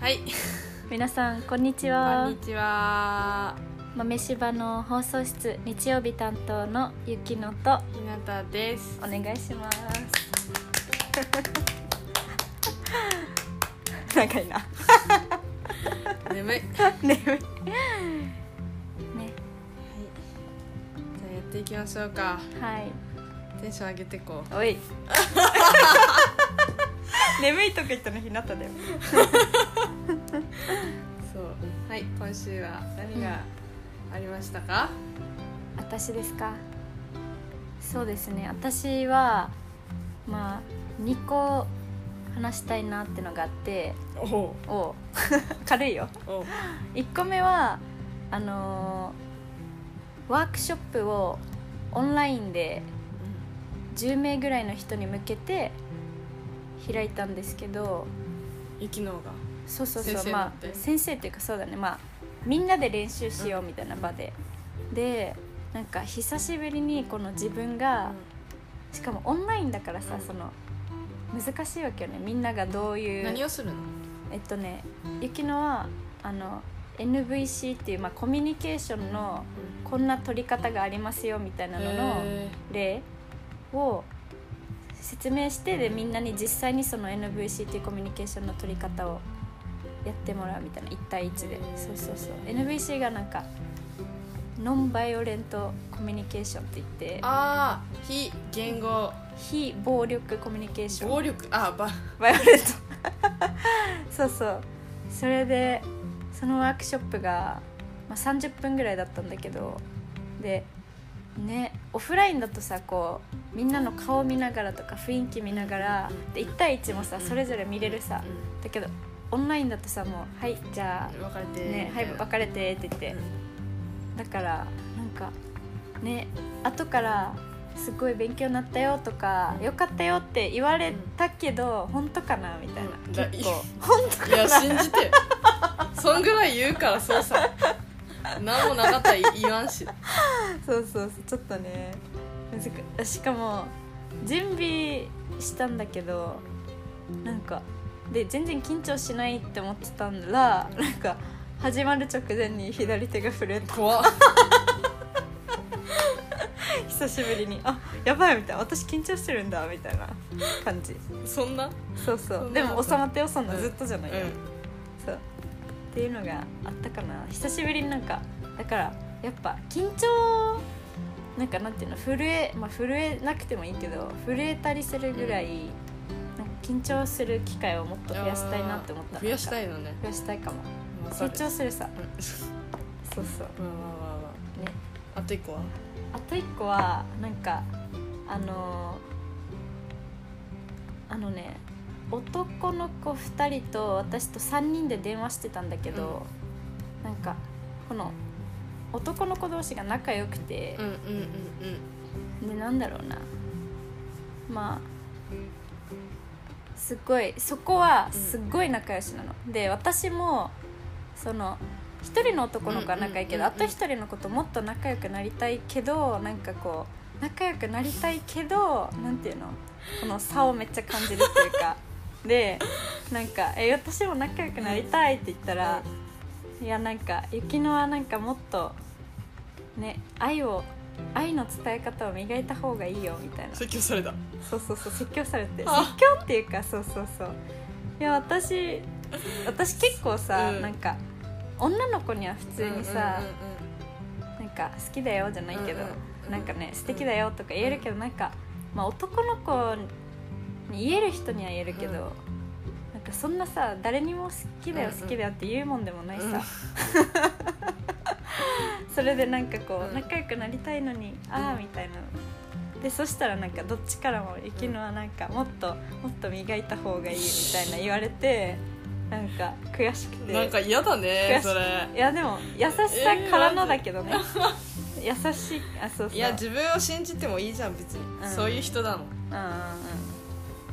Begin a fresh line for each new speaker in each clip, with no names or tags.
はい、
皆さんこんにち
こん
は
にちは。
豆柴の放送室日曜日担当のゆきのと
ひなたです
お。願いします長いな
眠 い。はい、じゃ
眠いね
あやっていきましょうか。
はい
テンション上げてこ う。
おい眠いとか言ったのひなただよ
そう。はい、今週は何がありましたか？
私ですかそうですね私はまあ2個話したいなってのがあって
おお
おう 軽いよ
お
1個目はあのーワークショップをオンラインで10名ぐらいの人に向けて開いたんですけど
ゆきのが。
そうそう
先
そ
生
う
だ
ま
っ
あ
て
先生っていうかそうだねまあみんなで練習しようみたいな場で、でなんか久しぶりにこの自分が、しかもオンラインだからさ、
うん
その難しいわけよねみんながどういう
何をするの？
えっとねゆきのはあの NVC っていう、まあ、コミュニケーションのこんな取り方がありますよみたいなのの
へ
例を説明してでみんなに実際にその NVC っていうコミュニケーションの取り方をやってもらうみたいな1対1で
へー
そうそうそう NVC がなんかノンバイオレントコミュニケーションって言っ
ー
て
ああ、非言語
非暴力コミュニケーション
暴力あば。
バイオレット そうそうそれでそのワークショップが、まあ、30分ぐらいだったんだけどでねオフラインだとさこうみんなの顔見ながらとか雰囲気見ながらで1対1もさそれぞれ見れるさだけどオンラインだとさもう「はいじゃ
分かれ
あ
て。
ねはい別れて」って言ってだからなんかね後からすごい勉強になったよとかよかったよって言われたけど、本当かなみたいな、
うんだ
結構
いや信じてよそんぐらい言うからそ うさ何もなかったら言わんし
そうそうそうちょっとね難ししかも準備したんだけどなんかで全然緊張しないって思ってたんだらなんか始まる直前に左手が震えた
怖っ
久しぶりにあやばいみたいな私緊張してるんだみたいな感じ
そんな
そうそ
そん
う
な
でも収まったよそんな、
うん
ずっとじゃないよ、そうっていうのがあったかな久しぶりになんかだからやっぱ緊張なんかなんていうの震えまあ震えなくてもいいけど震えたりするぐらい、なんか緊張する機会をもっと増やしたいなって思った
増やした
い
いのね
増やしたいかも
わか
成
る
長するさ
う
そうそうん
わわわわ
ね
あと一個は
あと一個はなんかあのーあのね男の子2人と私と3人で電話してたんだけど、なんかこの男の子同士が仲良くて
うん、うんうん
でなんだろうなまあすっごいそこはすっごい仲良しなの、で私もその一人の男の子は仲いいけど、
うんうんうんうん
あと一人の子ともっと仲良くなりたいけどなんかこう仲良くなりたいけどなんていうのこの差をめっちゃ感じるっていうかでなんか「え私も仲良くなりたい」って言ったらいやなんか雪乃はなんかもっとね愛を愛の伝え方を磨いた方がいいよみたいな
説教された
そうそうそう説教されて説
あ
教っていうかそうそうそういや私私結構さ、
うん
なんか女の子には普
普
通にさ、なんか好きだよじゃないけど、なんかね素敵だよとか言えるけど、なんか、まあ、男の子に言える人には言えるけど、
うん
なんかそんなさ誰にも好きだよ
うんうん
好きだよって言うもんでもないさ、
うん
それでなんかこ
うん
う仲良くなりたいのに、ああみたいなでそしたらなんかどっちからもゆきのはなんかもっともっと磨いた方がいいみたいな言われてなんか悔しくて
なんか嫌だね
悔しい
それ
いやでも優しさからのだけどね、優しいあそうそう
いや自分を信じてもいいじゃん別に、
うん
そういう人だも
うん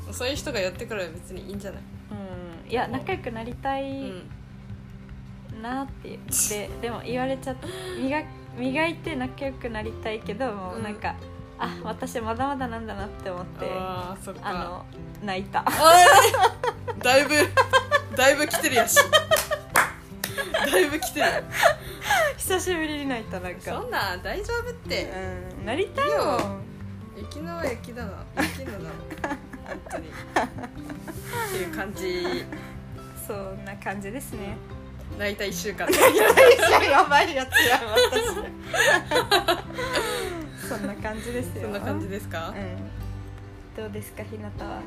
うん
んそういう人がやってくれば別にいいんじゃない、
うんうんいや仲良くなりた
う
い
ん、
なっていう、ででも言われちゃって磨磨いて仲良くなりたいけどもうなんか、あ私まだまだなんだなって思ってあ
ああそっか
の泣いた
あーだいぶだいぶ来てるやしだいぶ来てる
久しぶりに泣いたなん
そ
か
んなん大丈夫って
うんなりたいも
い
ん
い雪菜は雪だな雪菜だな本当にっていう感じ
そんな感じですね
泣いた1週 間で
やばいやつや私 そんな感じですよ
そんな感じですか
うんどうですかひなたは、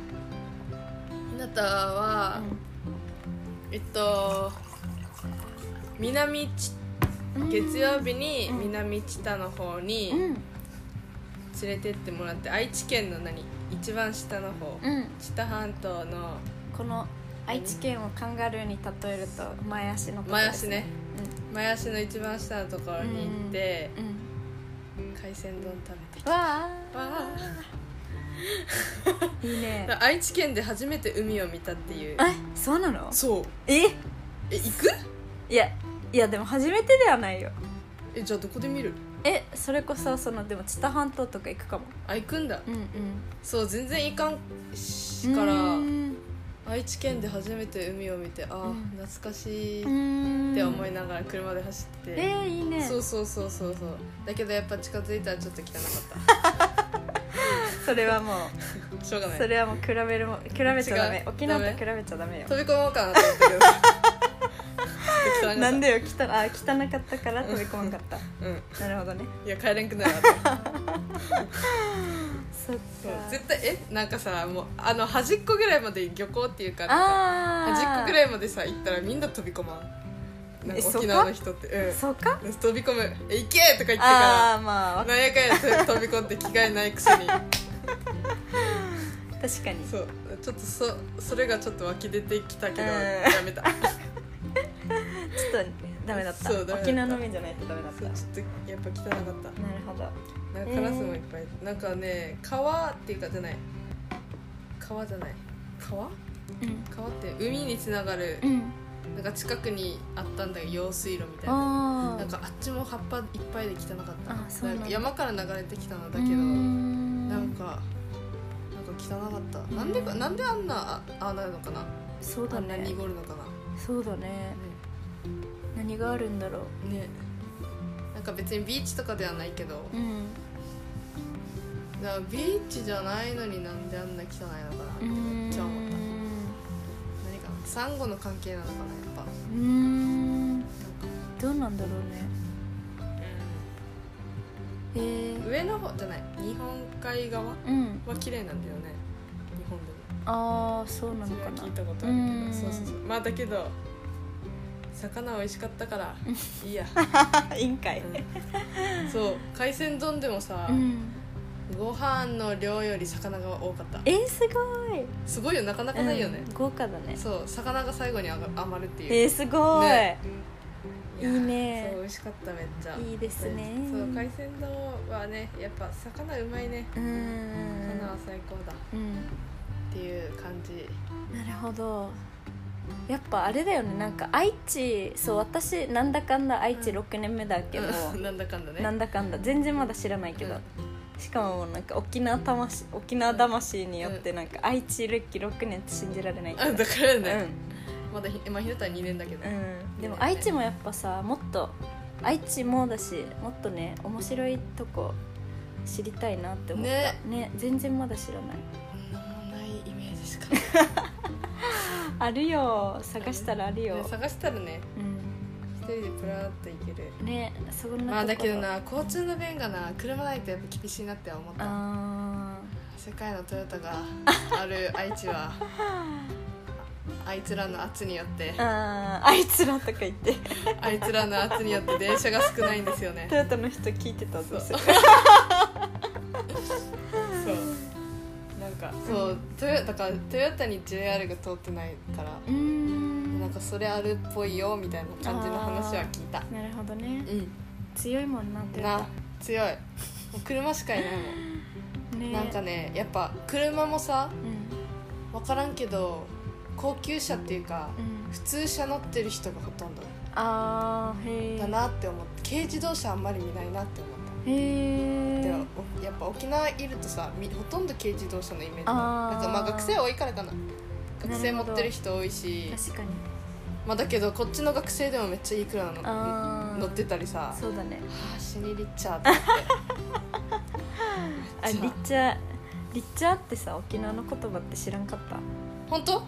ひなたは、えっと南ち
うん
月曜日に
うん
南知多の方に
うん
連れてってもらって愛知県の何一番下の方
うん
知多半島の
この愛知県をカンガルーに例えると前足のとこ
前
です
足ね前足の一番下のところに行って
うん、うん
海鮮丼食べてき
わ
たわ
あいいね
あ愛知県で初めて海を見たっていう
えそうなの
そう
え
え行く
いやいやでも初めてではないよ
えじゃあどこで見る
えそれこそそのでも知多半島とか行くかも
あ行くんだ
うんうん
そう全然行かんしか
う
ら
ん
愛知県で初めて海を見てあー、
うん
懐かしいっ
うん
て思いながら車で走って
え
て、
ー、いいね
そうそうそうそうそうだけどやっぱ近づいたらちょっと汚かっ
それはもう
たしょうがない
それはもう比べるも比べちゃダ
違
メ
う
沖縄
ダ
と
メ
比べちゃダメよ
飛び込もうかなと思っ たけどちょっと汚かった
なんでよ汚あ汚かったから飛び込まんかった
うん
なるほどね
いや帰れんくなか った
そっか
そう絶対えなんかさもうあの端っこぐらいまで漁港っていうかなんか
ああ
端っこぐらいまでさ行ったらみんな飛び込まんなん
え
か
そこ
沖縄の人ってうん
そうか
飛び込む「え行け!」とか言
あ
ってか
あまあわ
ら
か
なんやかんや飛び込んで着替えないくせに
確かに
そうちょっとそそれがちょっと湧き出てきたけど
うん
やめた
ちょっとダメだった
そうダメだった
沖縄の面じゃないとダメだった
そう
なる
ちょっとやっぱ汚かった
ほど
なんかカラスもいっぱい、なんかね川っていうかじゃない川じゃない川
うん
川って海につながる
うん
なんか近くにあったんだけど用水路みたいな
あ
なんかあっちも葉っぱいっぱいで汚かった
あそうなんだ
か山から流れてきたのだ
だ
けど
な
なんかなんか汚かった
ん
なんでかなんであんなあああなるのかな
そう
あ
だ
んな
ね
濁るのかな
そうだね何があるんだろ
ねなんか別にビーチとかではないけど
ううん
だからビーチじゃないのになんであんな汚いのかなってめっちゃ思った何かなサンゴの関係なのかなやっぱ
うーんどうなんだろうねえー、
上の方じゃない日本海側は
うん
綺麗なんだよね日本でも
ああそうな
そ
の
れ
か
は
な
聞いたことある
うん
けどそうそうそうまあだけど魚美味しかったから い いや、
委員会
うんそう海鮮丼でもさ、
うん
ご飯の量より魚が多かった
えー、すごい
すごいよなかなかないよね
う、ん豪華だね
そう魚が最後にあが余るっていう
えー、すごい、
ね
いいね
そう美味しかっためっちゃ
いいですね
そう海鮮丼はねやっぱ魚うまいね
うー
魚は
ん
最高だ
うん
っていう感じ
なるほどやっぱあれだよねなんか愛知そう私なんだかんだ愛知
うん
6年目だけど、
うん なんだかんだね
なんだかんだ全然まだ知らないけど、
うん
しかもなんか沖縄魂沖縄魂によってなんか愛知歴6年って信じられないけ
あ
ど
だから
う
ね、
ん
まだひまあひなたは2年だけど、
うん、でも愛知もやっぱさもっと愛知もだしもっとね面白いとこ知りたいなって思った
ね
ね全然まだ知らない
なんもないイメージしか
あるよ探したらあるよ、
ね探したらね
う
一人でプラーっと行ける
んねそんなところ
まあだけどな交通の便がな車ないとやっぱ厳しいなって思った
あ
世界のトヨタがある愛知は あいつらの圧によって
ーあーあいつらとか言って
あいつらの圧によって電車が少ないんですよね
トヨタの人聞いてた
そ
ぞ
う
そ
そ
れ
うなんかそうトヨだからトヨタに JR が通ってないから
うーん
なんかそれあるっぽいよみたいな感じの話は聞いた
なるほどね
う
強いもんなトヨ
んな
タ
強いもう車しかいないもん
ね
なんかねやっぱ車もさ
うん
分からんけど高級車っていうか
うん
普通車乗ってる人がほとんど
あーへえ
だなって思って軽自動車あんまり見ないなって思った
へえ
でおやっぱ沖縄いるとさみほとんど軽自動車のイメージだ
あー
なんかまあ学生多いからかな学生持ってる人多いし
確かに
まあだけどこっちの学生でもめっちゃいい車の
あー
乗ってたりさ
そうだね
はあ死にリッチャーって 思
あ
っ
リ
てめっち
ッ
ゃ
チャリッチャってさ沖縄の言葉って知らんかったうん
本当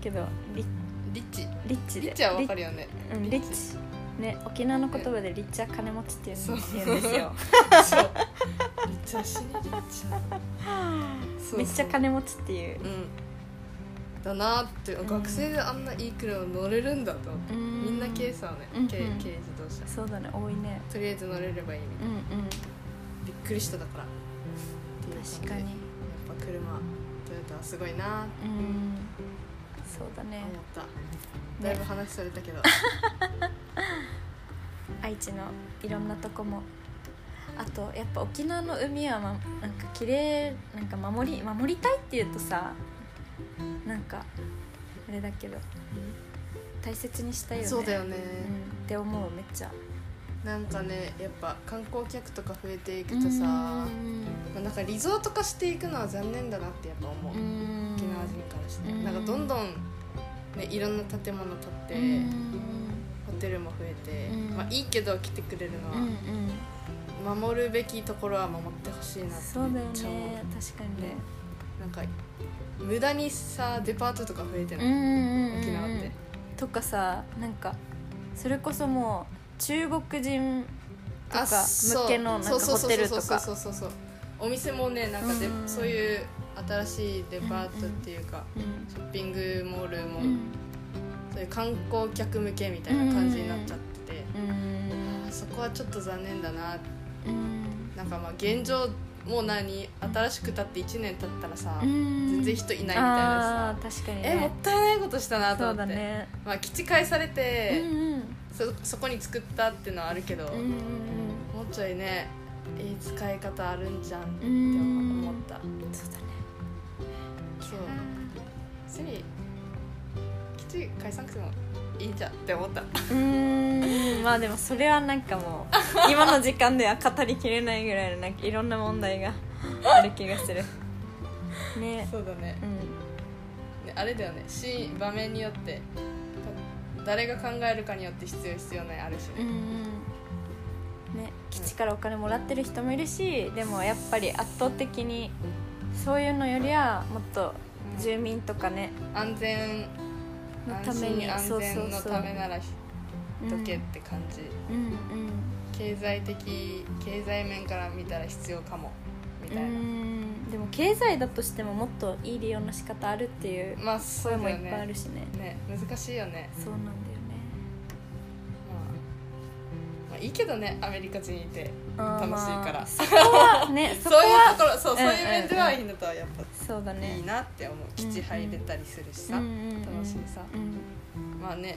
けどリ
リッチ
リッチで
リッチャーはわかるよね
リッうんリッチね沖縄の言葉でリッチャ金持ちっていうの
そう
言うんですよ
そう リッチャー死にリッチャーそう
めっちゃ金持ちっていう
うんだなって
ん
学生であんないい車乗れるんだと思ってみ
み
んな軽さをね
うん
軽
うん
軽自動車
そうだね多いね
とりあえず乗れればいいみたいな
うんうん
びっくりしただからっていう感じ
確かに
やっぱ車トヨタはすごいなっ
う
て
んそうだね
思った、だいぶ話されたけど、
愛知のいろんなとこもあとやっぱ沖縄の海は、ま、なんか綺麗なんか守り守りたいっていうとさなんかあれだけど大切にしたいよね
そうだよね、
うんって思うめっちゃ
なんかねやっぱ観光客とか増えていく
うん
とさ、まあなんかリゾート化していくのは残念だなってやっぱ思う、
うん
沖縄人からして、
うん
なんかどんどん、ね、いろんな建物建って、
うん
ホテルも増えて、
うん
まあ、いいけど来てくれるの
う
は、
んうん
守るべきところは守ってほしいなって
そうだ
めっ
よ
ちゃ思う
ね確かにね
なんか無駄にさデパートとか増えてない、沖
沖
縄って
とかさなんかそれこそもう中国人とか
あそう
向けのなんか
そうそうそうそう
ホテルとか
そうそうそうそうお店もねなんかで、
うん
そういう新しいデパートっていうか、
うん
ショッピングモールも、
うん
そういう観光客向けみたいな感じになっちゃってて、
うん
あそこはちょっと残念だな
うん
なんかまあ現状もう何新しくたって1年経ったらさ、全
全
然人いないみたいなさ
あー確かにね
えもったいないことしたなと
そ
思っ
う
て、
だね
まあ基地返され
うん
て、
うん
そそこに作ったっていうのはあるけど、
うんうん
もうちょいねいい使い方あるんじゃんって
うん
思った
うんそうだね
そう別に基地解散くてもいいじゃんって思った
うんまあでもそれはなんかも う今の時間では語りきれないぐらいのなんかいろんな問題がある気がするね
そうだね
うん
ねあれだよねシーン場面によってた誰が考えるかによって必要必要ないあるし
うんう
ね、
んね基地からお金もらってる人もいるしでもやっぱり圧倒的にそういうのよりはもっと住民とかね
安全
のた
安
めに
心安
そうそ
全
う
の
そう
ためならひどけって感じ、
うんうん
経済的経済面から見たら必要かもみ
う
た
んう
いな、
んでも経済だとしてももっといい利用の仕方あるっていう
まあそ
声
う
も
だ
い
よ
っぱいあ
ね
るしね
ね難しいよね
そうなんだよね
まあ、まあいいけどねアメリカ人いて
あー
楽しいから
まあそこは ねそこ
そういう
は
ところそう,、
うんうん
そういう面ではいいのとはやっ
そうだ
ぱ
ね
いいなって思う基地入れたりするしさ、
うんうんうん
楽しいさ
うん
まあね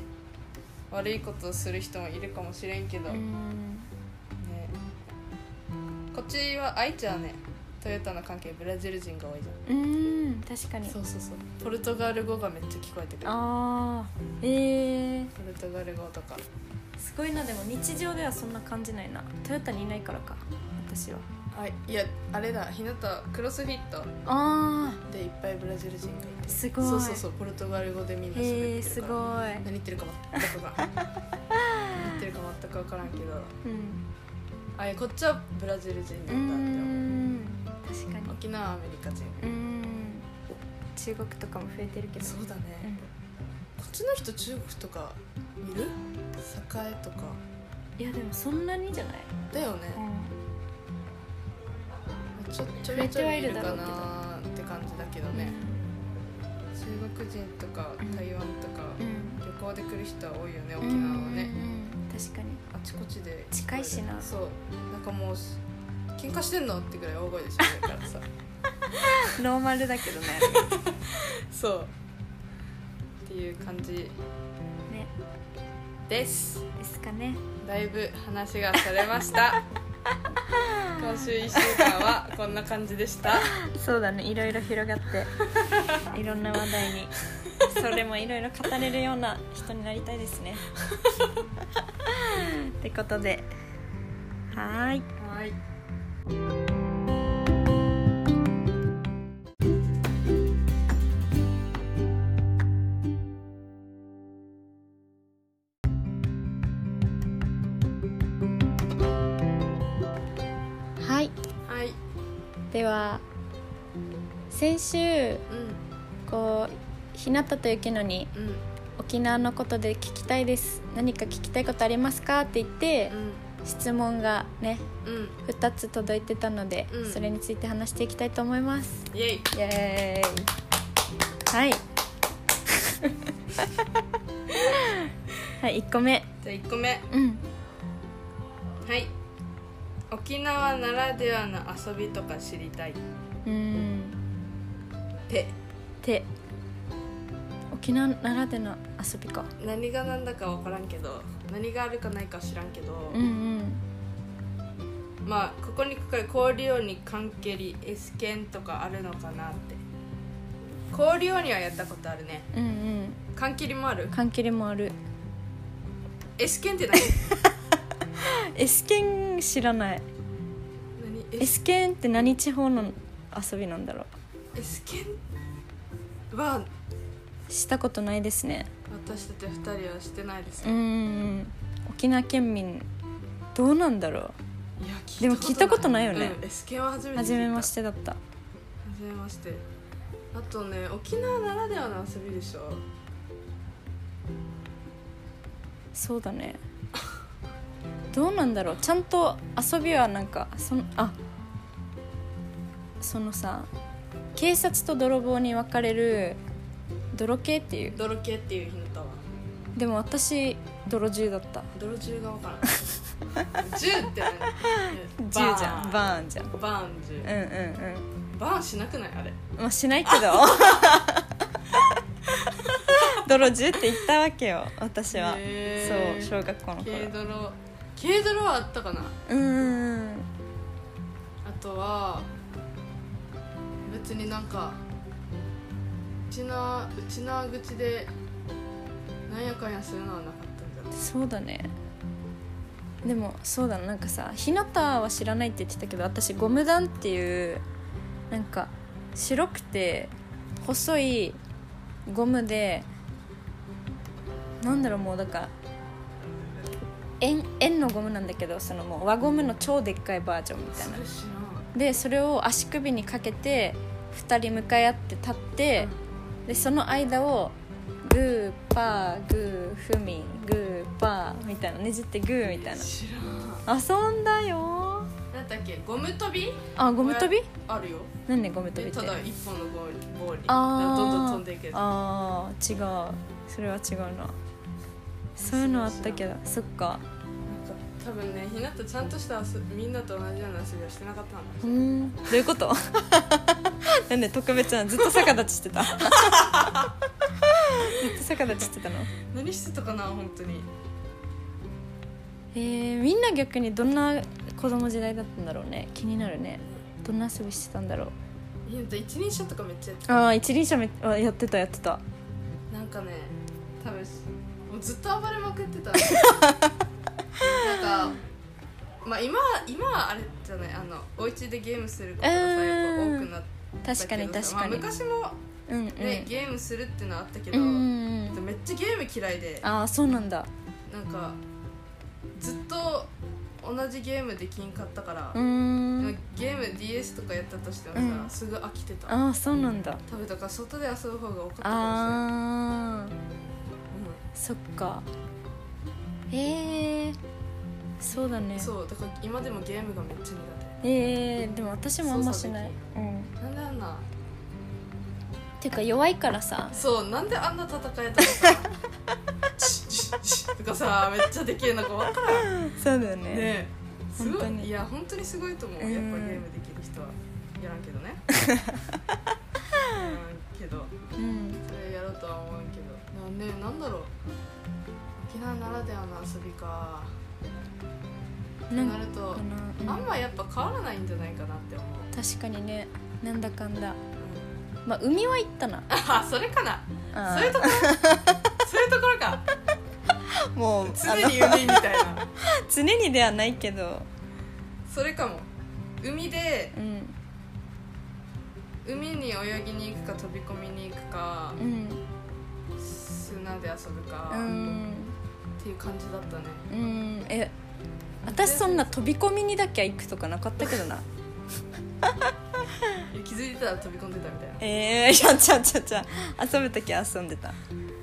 悪いことをする人もいるかもしれんけど、
う
ね
ん
こっちは愛知はねトヨタの関係ブラジル人が多いじゃ
うん確か
ん
に
そうそうそうポルトガル語がめっちゃ聞こえてくる
ああえー、
ポルトガル語とか
すごいなでも日常ではそんな感じないなトヨタにいないからか私は
あいやあれだ日向クロスフィット
あ
でいっぱいブラジル人がい
あ
て
すごい
そうそうそうポルトガル語でみんな
へ
喋
え
って
す
る
ご
か
い
ら、何言ってるか全くわからん何言ってるか全く分からんけど
うん
あいやこっちはブラジル人
う
なんだって思うん
確かに
沖縄はアメリカ人
うん中国とかも増えてるけど
そうだね、
うん
こっちの人中国とかいる栄とか
いやでもそんなにじゃない、
だよねちょちょ
増え
いち
て
ょ
はいい
いる
る
か
だろうけど
なって感じだけどね、中国人とか台湾とか
う、ん
旅行で来る人は多いよね沖縄はね、
うん確かに
あちこちで
近いしな
そうなんかもう喧嘩してんのってぐらい大声でしょからさ
ノーマルだけ どね
そうっていう感じ
ね
です
ですかね
だいぶ話がされました 今週1週間はこんな感じでした
そうだねいろいろ広がって いろんな話題にそれもいろいろ語れるような人になりたいです ねってことではーい
はい
では先週
うん
こう日向と雪乃に
うん
沖縄のことで聞きたいです何か聞きたいことありますかって言って
うん
質問がね
うん
2つ届いてたので、
うん
それについて話していきたいと思います
イエイ
イエーイはい はい1個目
じゃあ1個目
うん
はい沖縄ならではの遊びとか知りたいっ
うん
て
手沖縄ならでの遊びか
何が何だか分からんけど何があるかないか知らんけど、
うんうん
まあここに書かれ氷用に関係りエスケンとかあるのかなって氷用にはやったことあるね
うんうん
関係りもある
缶切りもある
エスケンっ て何
エスケン知らない
何
エスケンって何地方の遊びなんだろう
エスケンは
したことないですね
私たち2人はしてないです
うんう
よ、
んうん沖縄県民どうなんだろ
いや
でも聞いたことないよね
うん、エスケンは初め
う
て聞いた
初めましてだった
初めましてあとね沖縄ならではの遊びでしょ
そうだねどうなんだろうちゃんと遊びはなんかそのあそのさ警察と泥棒に分かれる泥系っていう
泥系っていう日のたは
でも私泥銃だった
泥銃が分から ん銃って何
銃じゃん
バ
バーンじゃんう
ーンバーン銃
んうんうん
バーンしなくないあれ
まあしないけ ど泥中って言ったわけよ私は、
へー
そう小学校の頃
軽泥軽泥はあったかな
うんうんうん
あとは別になんかうちなうちな口でなんやかんやするのはなかったんじ
そうだねでもそうだななんかさ日向は知らないって言ってたけど私ゴム弾っていうなんか白くて細いゴムでなんだろうもうだから円円のゴムなんだけどそのもう輪ゴムの超でっかいバージョンみた
ゃ
いな
ないそれ知らん
でそれを足首にかけて2人向かい合って立って、でその間をグーパーグーフミグーパーみたいなねじってグーみたいな
知らん
遊んだよ
なんだっけゴム跳び
あゴム跳び
あるよ
何ねゴム跳び
で
って
ただ一本のゴールボールに
あー
どんどん飛んでいける
あー違うそれは違うなそういうのあったけどそっか
多分ねひなとちゃんとした遊びみんなと同じような遊びはしてなかったん
う
だ
んどういうこと なんで特別なのずっと逆立ちしてたずっと逆立ちしてたの
何してたかな本当に
えー、みんな逆にどんな子供時代だったんだろうね気になるねどんな遊びしてたんだろう
ひなと一人称とかめっちゃやってた
ああ一輪車めあやってたやってた
なんかね多分もうずっと暴れまくっ てたのなんかまあ今は今はあれじゃないあのお家でゲームすることがさやっぱ多くなった
確か
け
に
ど
確
さ
か
まあ
に、
昔も
うんうん、
ね、ゲームするってのはあったけ
う
ど、
んうんうん
めっちゃゲーム嫌いで
ああそうなんだ
なんかずっと同じゲームできんかったから、
うーん
ゲーム DS とかやったとしてもさ、
うん
すぐ飽きてた
ああそうなんだ
多分だから外で遊ぶ方が多かったかも
ああ
し
そっかえー、そうだ
れない、う
ね
ん、そうだから今でもゲームがめっちゃ苦
えー、でも私もあんましない
操
うん
手なんであんな
ていうか弱いからさ
そうなんであんな戦えたのかチッチッチッとかさめっちゃできるのか分からん
そうだよね
ねすご
本当
い
に
いや本当にすごいと思うやっぱゲームできる人はやらんけどねやらんけど
うん
それやろうとは思うけどなねなんだろう沖縄ならではの遊びか
なん
なると
かな、
あ
うんん、
まやっぱ変わらないんじゃないかなって思う、
確かにねなんだかんだ
うん
まあ海は行ったな
あそれかな
あ
そういうところそういうところか
ーもう
常
あの
に海みたいな
常にではないけど
それかも海で
うん
海に泳ぎに行くか飛び込みに行くか
うん
砂で遊ぶか、
う
っ
ん
ていう感じだったね
うんえ私そんな飛び込みにだけは行くとかなかったけどな
いや気づいてたら飛び込んでたみたいな
ええー、いやちゃうちゃうちゃう遊ぶ時は遊んでた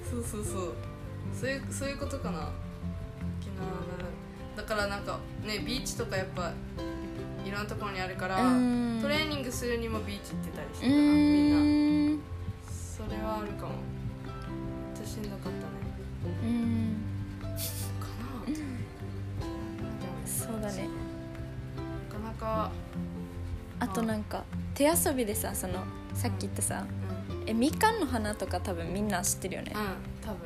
そうそうそうそういうそういうことかな沖縄ならだからなんかねビーチとかやっぱいいろんなところにあるから
うん
トレーニングするにもビーチ行ってたりし
う
てたなみんな
ーん
それはあるかもめっちゃしんどかったね
うん
かなで
そうだね
もなかなか、
あとなんか手遊びでさそのさっき言ったさ
うん、うん
えみかんの花とか多分みんな知ってるよね
多分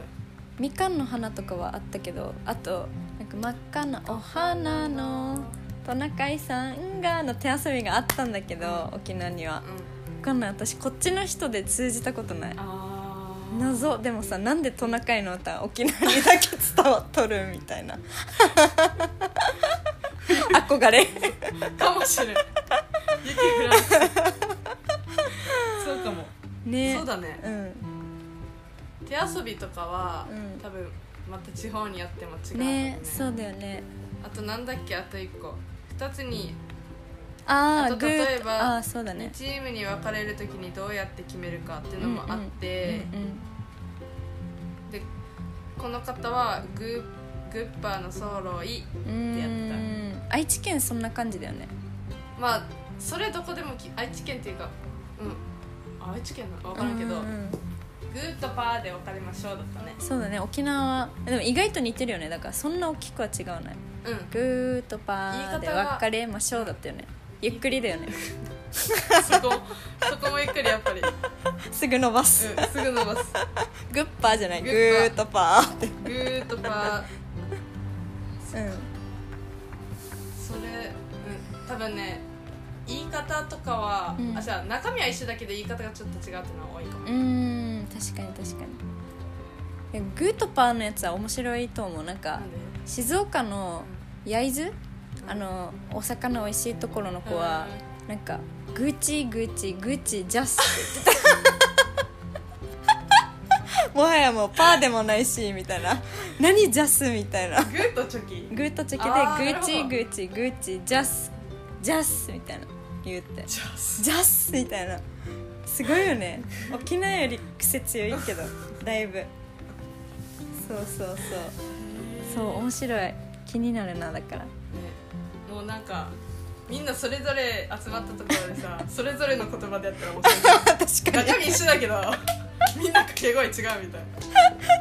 みかんの花とかはあったけどあとなんか真っ赤なお花のトナカイさんがの手遊びがあったんだけど沖縄には
うん
分かんない私こっちの人で通じたことない
あー
謎でもさなんでトナカイの歌沖縄にだけ伝わっとるみたいな 憧れ
かもしれん雪降らんそうかも、
ね
そうだね
うん
手遊びとかは、
うん
多分また地方によっても違うかも
ねそうだよね
あとなんだっけあと一個二つに
ああ
あと
グ
例え
ー
ば
とああそうだね
チームに分かれるときにどうやって決めるかっていうのもあって、
うんうん
でこの方はグーグッパーのソロイ
うん
ってやってた
うん愛知県そんな感じだよね
まあそれどこでもき愛知県っていうかうん愛知県なのか分からんけ
う
ど、
んうん
グーとパーで分かりましょうだったね
そうだね沖縄はでも意外と似てるよねだからそんな大きくは違うね
うん
グーとパーで
言い方が
別れましょうだったよねゆっくりだよね
そこ もそこもゆっくりやっぱり、うん、
すぐ伸ばす、
すぐ伸ばす
グッパーじゃないグ
グッ
ーとパーって
グーとパ
うん
ーそれうん多分ね言い方とかは、
うん
あじゃあ中身は一緒だけど言い方がちょっと違うっていうのは多いかも
うーん確かに確かにいやグーとパーのやつは面白いと思うなんか
なんで
静岡の焼津あのお魚美味しいところの子はなんかグーチーグーチーグーチージャス って言ってたもはやもうパーでもないしみたいな何ジャスみたいな
グーとチョキ
グーとチョキで
あ
グ
ー
ーチー
な
グ
る
ーチーグーチージャスジャスみたいな言うって
ジャス
ジャスみたいなすごいよね沖縄より癖強いけどだいぶそうそうそうそう面白い気になるなだから
ねもうなんかみんなそれぞれ集まったところでさそれぞれの言葉でやったら面白い
確かに
中身一緒だけどみんな掛け声違うみたい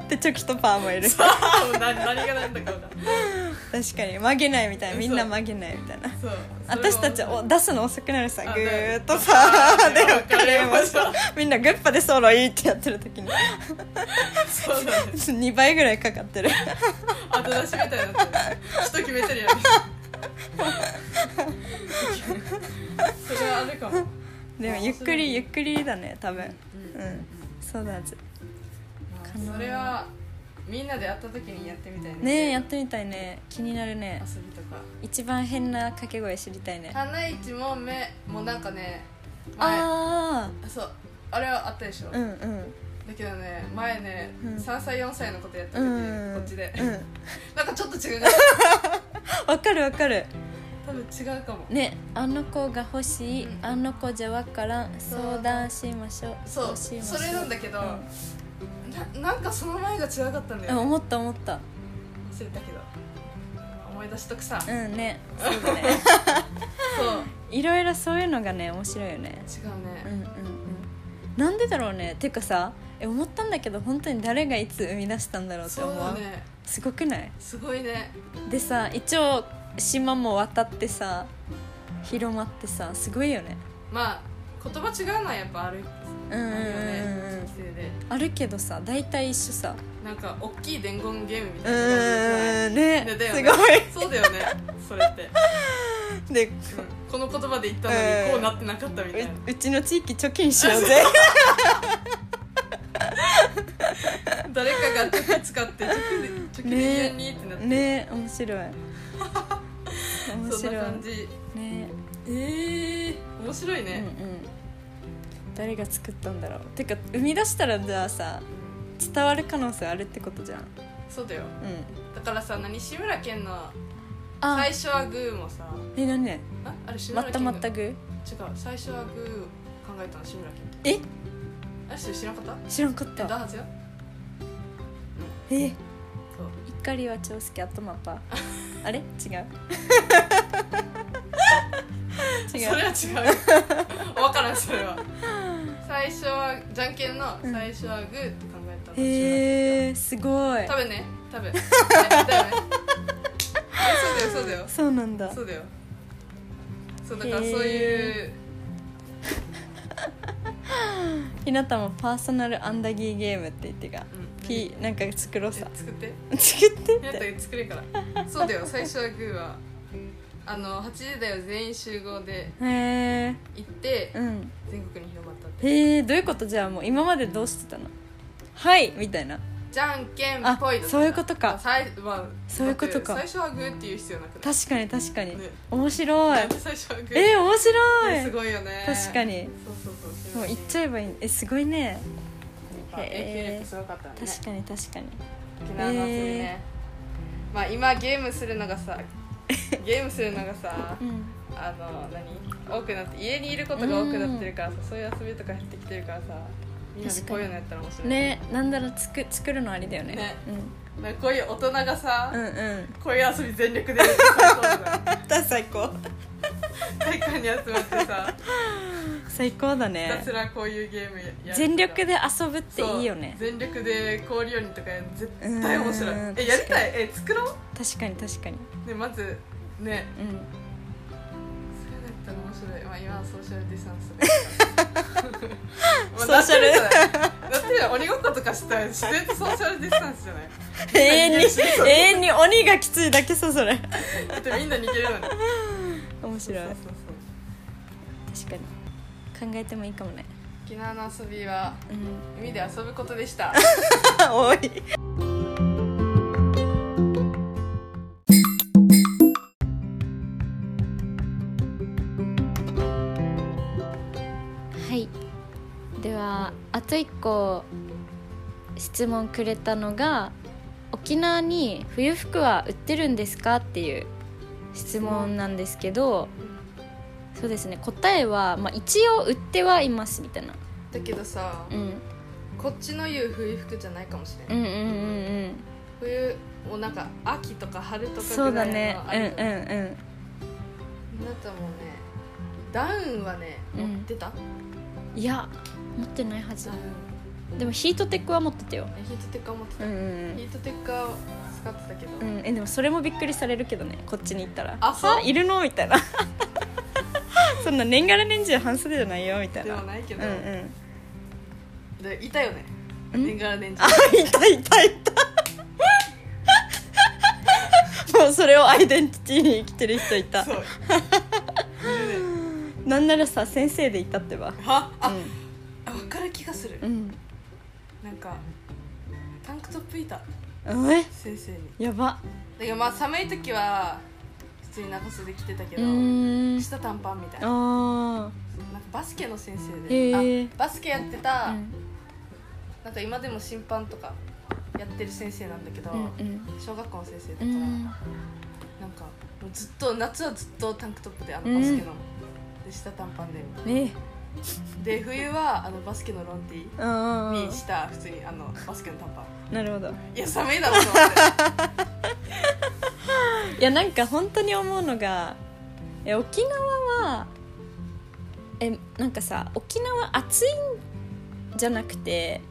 な
でチョキとパーもいる確
あもう何何が何だか分かんない
かに曲げないみたいなみんな曲げないみたいな
そう
私たちはお出すの遅くなるさ
あ
グーと
あ
パーで
だよ
分かれましょう
わか
みんなグッパでソロいいってやってる時に
それはそうだね
2倍ぐらいかかってる
後出しみたいになってる人決めてるよねそれはあるかも
でもゆっくりゆっくりだね多分
うん
うんそうだはずかな
それはみんなで会った時にやってみたいね
ねえやってみたいね気になるね
遊びとか
一番変な掛け声知りたいね
花一門目もなんかね前
あ
そうあれはあったでしょ、
あうんうん
だけどね前ね、
うん
3歳4歳のことやった
う
時、
ん
こっちで、
うん
なんかちょっと違うかも
わかるわかる
多分違うかも
ねあの子が欲しい、
うん
あの子じゃわからん
そう
相談しましょう
そう
うしましょ
それなんだけど、ななんかその前が違かったんだ
うん
よ、ね、
思った思った
忘れたけど思い出しとくさ、
うんねそう だね
そう
いろいろそういうのがね面白いよね
違うね、
うんうんうんなんでだろうねていうかさえ思ったんだけど本当に誰がいつ生み出したんだろうって
そう
思
だ
わん
ね
すごくない
すごいね
でさ一応島も渡ってさ広まってさすごいよね
まあ言葉違うのはやっぱある
うんう
あ
ん
る
う
よ
んう
ね
ん
規制で
あるけどさ大体一緒さ
なんか大きい伝言ゲームみ
う
たいな感じじゃない
ーんね
ねだよ
す
ね
ごい
そうだよねそれって、
で
うんこの言葉で言ったの
うん
にこうなってなかったみたいな、
ううちの地域貯金しようぜ
誰かが時使って直で直で
ね
言うにってなっ て、
ね面白い面
そんな
白
感じ
いね
ええー、面白い
うんう
ね、
ん誰が作ったんだろうてか生み出したらじゃあさ伝わる可能性あるってことじゃんうん
そうだよだからさ何志村けんの
あ
最初はグーもさ
え何ね
ああれ志
ま
村け
た
んの
まったぐ
違違う最初はグー考えたの志村けん
え
あれそれ知らんかった
知らんかっ
えダ
た
ーツよ
え
そう
怒りは長介頭パ ーあれ違う違
それ
う
は違う 分からんそれは最初はじゃんけんの
うん
最初はグーって考えたの志
へえー、すごい
村けん食べね食べね だよねえそうだよ
そうなんだ
そうだよそうだよそうだからそう
へー
いう
ひなたもパーソナルアンダギーゲームって言ってが
うん
P なんか作ろう
え
さ
作って
作ってっ
やった
て
ら作れ るからそうだよ最初はグーはあの8時だよ全員集合で
へえ
行って
うん
全国に広まったって
へえどういうことじゃあもう今までどうしてたのはいみたいな
じゃんけん
あ
ぽいだった
そういうことか
さいまあ、
そういうことか
だって最初はグーっていう必要なくない
確かに確かに
ね
面白い
なんで最初はグー
えー面
ね
白
す
い
ごいよね
確かに
そうそうそう
もう行っちゃえばいいえすごいね
ゃえ
へー
AKB すごかったね
確かに確かに
沖縄の遊びね、まあ今ゲームするの がさゲームするのがさ
うん
あの何多くなって家にいることが多くなってるからさ、そういう遊びとか減ってきてるからさみんなでこういうのやったら面白い
ねなんだらつく作るのありだよね
ね
う
なんかこういう大人がさ、
ん、うん うん
こういう遊び全力でやるって最高だよ
最高
体育館に集まってさ
最高だ
ひた
ね
すらこういうゲームやる
全力で遊ぶっていいよね
そう全力で氷鬼とかやる絶対面白い
うん
えやりたいえ作ろ
確かに確かに
うねまずね
うん
それだったら面白いまあ今はソーシャルディスタンスだからま あ
ソーシャル
なってるじゃないなってるよ鬼ごっことかしたら自然とソーシャルディスタンスじゃない
永遠に
そうそう
永遠に鬼がきついだけさそれ
だってみんな逃げるのに
面白い
そうそうそう
確かに考えてもいいかもね
沖縄の遊びは
うん
海で遊ぶことでした
多いはいではあと一個質問くれたのが沖縄に冬服は売ってるんですかっていう質問なんですけどそうですね答えは、まあ、一応売ってはいますみたいな、
だけどさ
うん、
こっちの言う冬服じゃないかもしれ
う
ない
んうんうんうん
冬もうなんか秋とか春とか
そう
ぐら
だ
い
ね
のあ
う
る
ん
じ
うん
ゃな
うん
いあなたもねダウンはね
う
持
ん
ってた、
いや持ってないはず
ダウン
でもヒートテックは持ってたよ
えヒートテッカー持って
う
た、
んう
ヒ
ん
ートテッカーを使ってたけど、
うんうんえでもそれもびっくりされるけどねこっちに行ったら
あそう
あいるのみたいな そんな年がら年中半袖じゃないよみたい
で
な
はないけ
うん
ど、
うん
でいたよね
ん
年がら年中
あいたいたいたもうそれをアイデンティティに生きてる人いた
そういるね
なんならさ先生でいたってば
はあ、
う
あ分かる気がする、
ん
なんかタンクトップいた
うんえ
先生に
やば
だけどまあ寒い時は普通に長袖着てたけ
う
ど、
ーん
下短パンみたいな
あ
なんかバスケの先生
へ
で
ー
あバスケやってた、
あうん
なんか今でも審判とかやってる先生なんだけど、
うん
小学校の先生だか
う
ら、
ん
なんかもうずっと夏はずっとタンクトップであのバスケの、で下短パンで
ね
で冬はあのバスケのロンティ
うんうんう
ー
ん
にした普通にあのバスケの短パン
なるほど
いや寒いだろうと思って
いやなんか本当に思うのがえ沖縄はえなんかさ沖縄暑いんじゃなくて